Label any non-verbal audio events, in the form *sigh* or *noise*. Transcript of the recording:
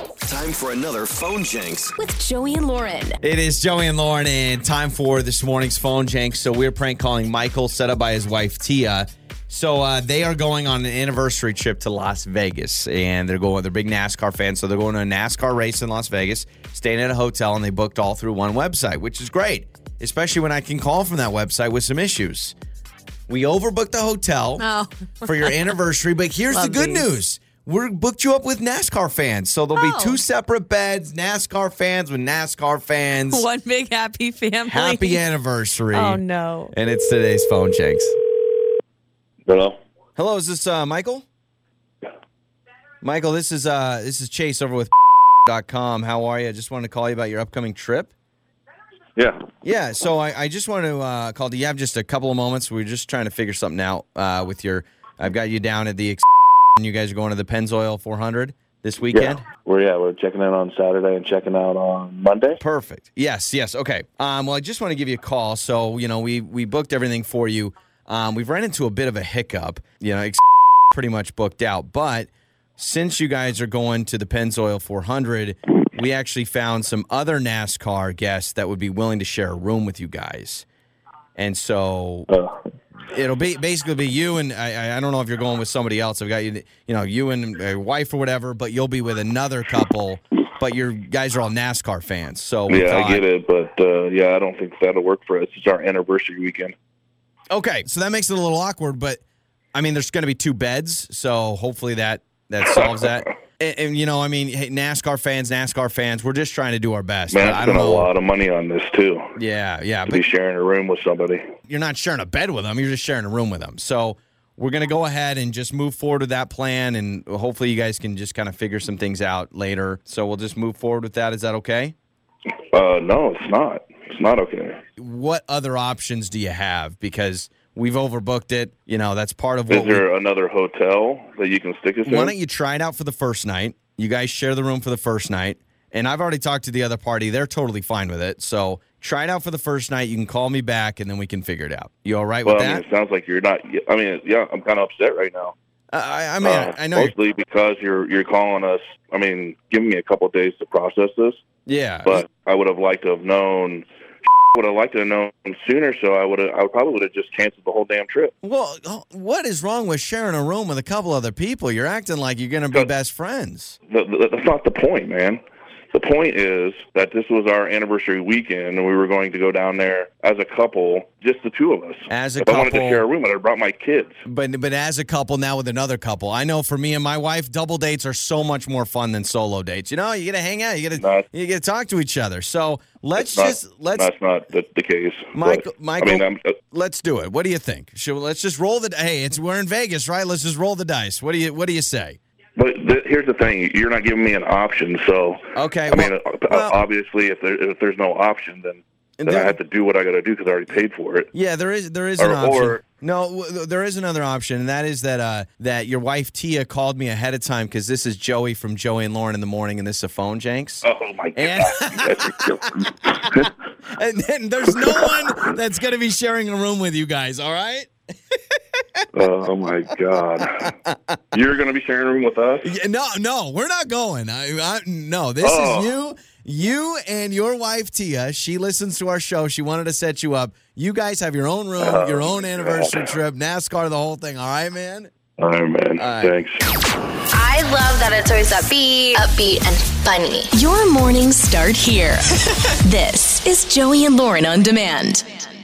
Time for another phone janks. with Joey and Lauren. It is Joey and Lauren, and time for this morning's phone jank. So we're prank calling Michael, set up by his wife Tia. So uh, they are going on an anniversary trip to Las Vegas, and they're going. They're big NASCAR fans, so they're going to a NASCAR race in Las Vegas, staying at a hotel, and they booked all through one website, which is great, especially when I can call from that website with some issues. We overbooked the hotel Oh. for your anniversary, but here's the *laughs* Love good these. news. We're booked you up with NASCAR fans. So there'll be Oh. two separate beds, NASCAR fans with NASCAR fans. *laughs* One big happy family. Happy anniversary. Oh no. And it's today's phone janks. Hello. Hello, is this uh, Michael? Michael, this is uh, this is Chase over with *laughs* dot com. How are you? I just wanted to call you about your upcoming trip. Yeah. Yeah, so I, I just want to uh, call. Do you have just a couple of moments? We're just trying to figure something out uh, with your. I've got you down at the. *laughs* Ex- and you guys are going to the Pennzoil 400 this weekend. Yeah. We're yeah we're checking out on Saturday and checking out on Monday. Perfect. Yes, yes. Okay. Um, well, I just want to give you a call. So, you know, we we booked everything for you. Um, we've ran into a bit of a hiccup. You know, ex- pretty much booked out. But since you guys are going to the Pennzoil 400, we actually found some other NASCAR guests that would be willing to share a room with you guys. And so Uh, it'll be basically be you and I, I- I don't know if you're going with somebody else. I've got you, you know, you and a wife or whatever, but you'll be with another couple. But your guys are all NASCAR fans, so we yeah, thought, I get it, but uh, yeah, I don't think that'll work for us. It's our anniversary weekend. Okay, so that makes it a little awkward, but I mean, there's going to be two beds, so hopefully that that solves that. *laughs* And, and, you know, I mean, hey, NASCAR fans, NASCAR fans, we're just trying to do our best. Man, I I don't spent a know. lot of money on this too. Yeah, yeah, To but be sharing a room with somebody. you're not sharing a bed with them. You're just sharing a room with them. So we're going to go ahead and just move forward with that plan. And hopefully you guys can just kind of figure some things out later. So we'll just move forward with that. Is that okay? Uh, no, it's not. It's not okay. What other options do you have? Because we've overbooked it. You know, that's part of Is what we there another hotel that you can stick us Why don't in? you try it out for the first night? You guys share the room for the first night. And I've already talked to the other party. They're totally fine with it. So try it out for the first night. You can call me back and then we can figure it out. You all right Well, with I mean, that? it sounds like you're not. I mean, yeah, I'm kind of upset right now. I, I- I mean, Uh, I I know. you're- mostly because you're you're calling us. I mean, give me a couple days to process this. Yeah. but I would have liked to have known. *laughs* Would have liked to have known sooner, so I would have. I probably would have just canceled the whole damn trip. Well, what is wrong with sharing a room with a couple other people? You're acting like you're going to be Good. best friends. Th- th- That's not the point, man. The point is that this was our anniversary weekend, and we were going to go down there as a couple, just the two of us. As a if I wanted to couple. share a room, I'd have brought my kids. But but as a couple now with another couple, I know for me and my wife, double dates are so much more fun than solo dates. You know, you get to hang out, you get to Not- you get to talk to each other. So let's Not- just let's That's not the, the case. Michael- But, Michael- I mean, I'm, uh, let's do it. What do you think? Should let's just roll the hey? It's we're in Vegas, right? Let's just roll the dice. What do you what do you say? but th- here's the thing: you're not giving me an option. So, Okay, I mean, well- uh, uh, well- obviously, if there if there's no option, then then There- I have to do what I got to do because I already paid for it. Yeah, there is there is Or- an option. or- no, w- th- there is another option, and that is that uh, that your wife Tia called me ahead of time because this is Joey from Joey and Lauren in the morning, and this is a phone janks. Oh my god! And- *laughs* That's ridiculous. And then there's no one that's going to be sharing a room with you guys. All right? *laughs* oh my god! You're gonna be sharing a room with us? Yeah, no, no, we're not going. I, I, no, this Oh. is you, you and your wife Tia. She listens to our show. She wanted to set you up. You guys have your own room, your own anniversary trip, NASCAR, the whole thing. All right, man. All right, man. right. Thanks. I love that it's always upbeat, upbeat and funny. *laughs* Your mornings start here. this is Joey and Lauren on demand.